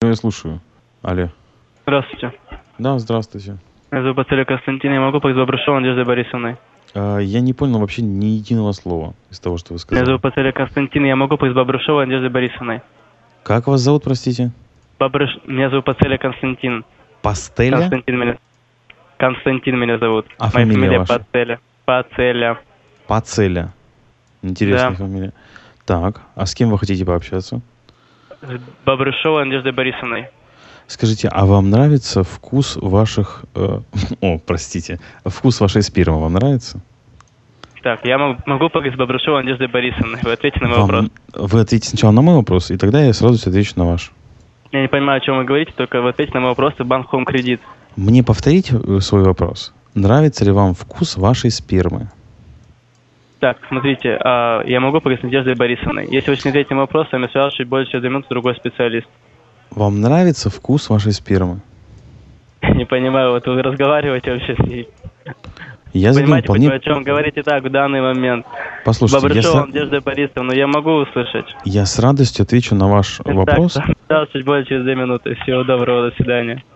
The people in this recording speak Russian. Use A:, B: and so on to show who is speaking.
A: Ну, я слушаю. Алле.
B: Здравствуйте.
A: Да, здравствуйте.
B: Меня зовут Пацеля Константин. Я могу поговорить с Бобрышевой Надеждой Борисовной?
A: А, я не понял вообще ни единого слова из того, что вы
B: Меня
A: сказали.
B: зовут Пацеля Константин. Я могу поговорить с Бобрышевой Надеждой Борисовной?
A: Как вас зовут, простите?
B: Бобрыш... Меня зовут Пацеля Константин.
A: Пастеля?
B: Константин меня... Константин меня зовут.
A: А
B: Моя
A: фамилия
B: фамилия
A: ваша?
B: Пацеля. Пацеля.
A: Пацеля. Интересная
B: Да.
A: фамилия. Так, а с кем вы хотите пообщаться?
B: С Бобрышевой Надеждой Борисовной.
A: Скажите, а вам нравится вкус ваших... э, о, простите. Вкус вашей спермы вам нравится?
B: Так, я мог- могу поговорить с Бобрышевой Надеждой Борисовной. Вы ответите на мой
A: Вам-
B: вопрос.
A: Вы ответите сначала на мой вопрос, и тогда я сразу отвечу на ваш.
B: Я не понимаю, о чем вы говорите, только вы ответите на мой вопрос и банк Home кредит.
A: Мне повторить э, свой вопрос. Нравится ли вам вкус вашей спермы?
B: Так, смотрите, а, я могу поговорить с Надеждой Борисовной. Если вы еще не ответите на мой вопрос, я свяжусь чуть больше, чем за минуту другой специалист.
A: Вам нравится вкус вашей спермы?
B: Не понимаю, вот вы разговариваете вообще с ней.
A: Я задал
B: Понимаете,
A: вполне...
B: почему- о чем говорите так в данный момент?
A: Послушайте, я с...
B: Бобрышева
A: ра-
B: Надежда Борисовна, я могу услышать.
A: я с радостью отвечу на ваш вопрос.
B: Так, да, чуть больше, через две минуты. Всего доброго, до свидания.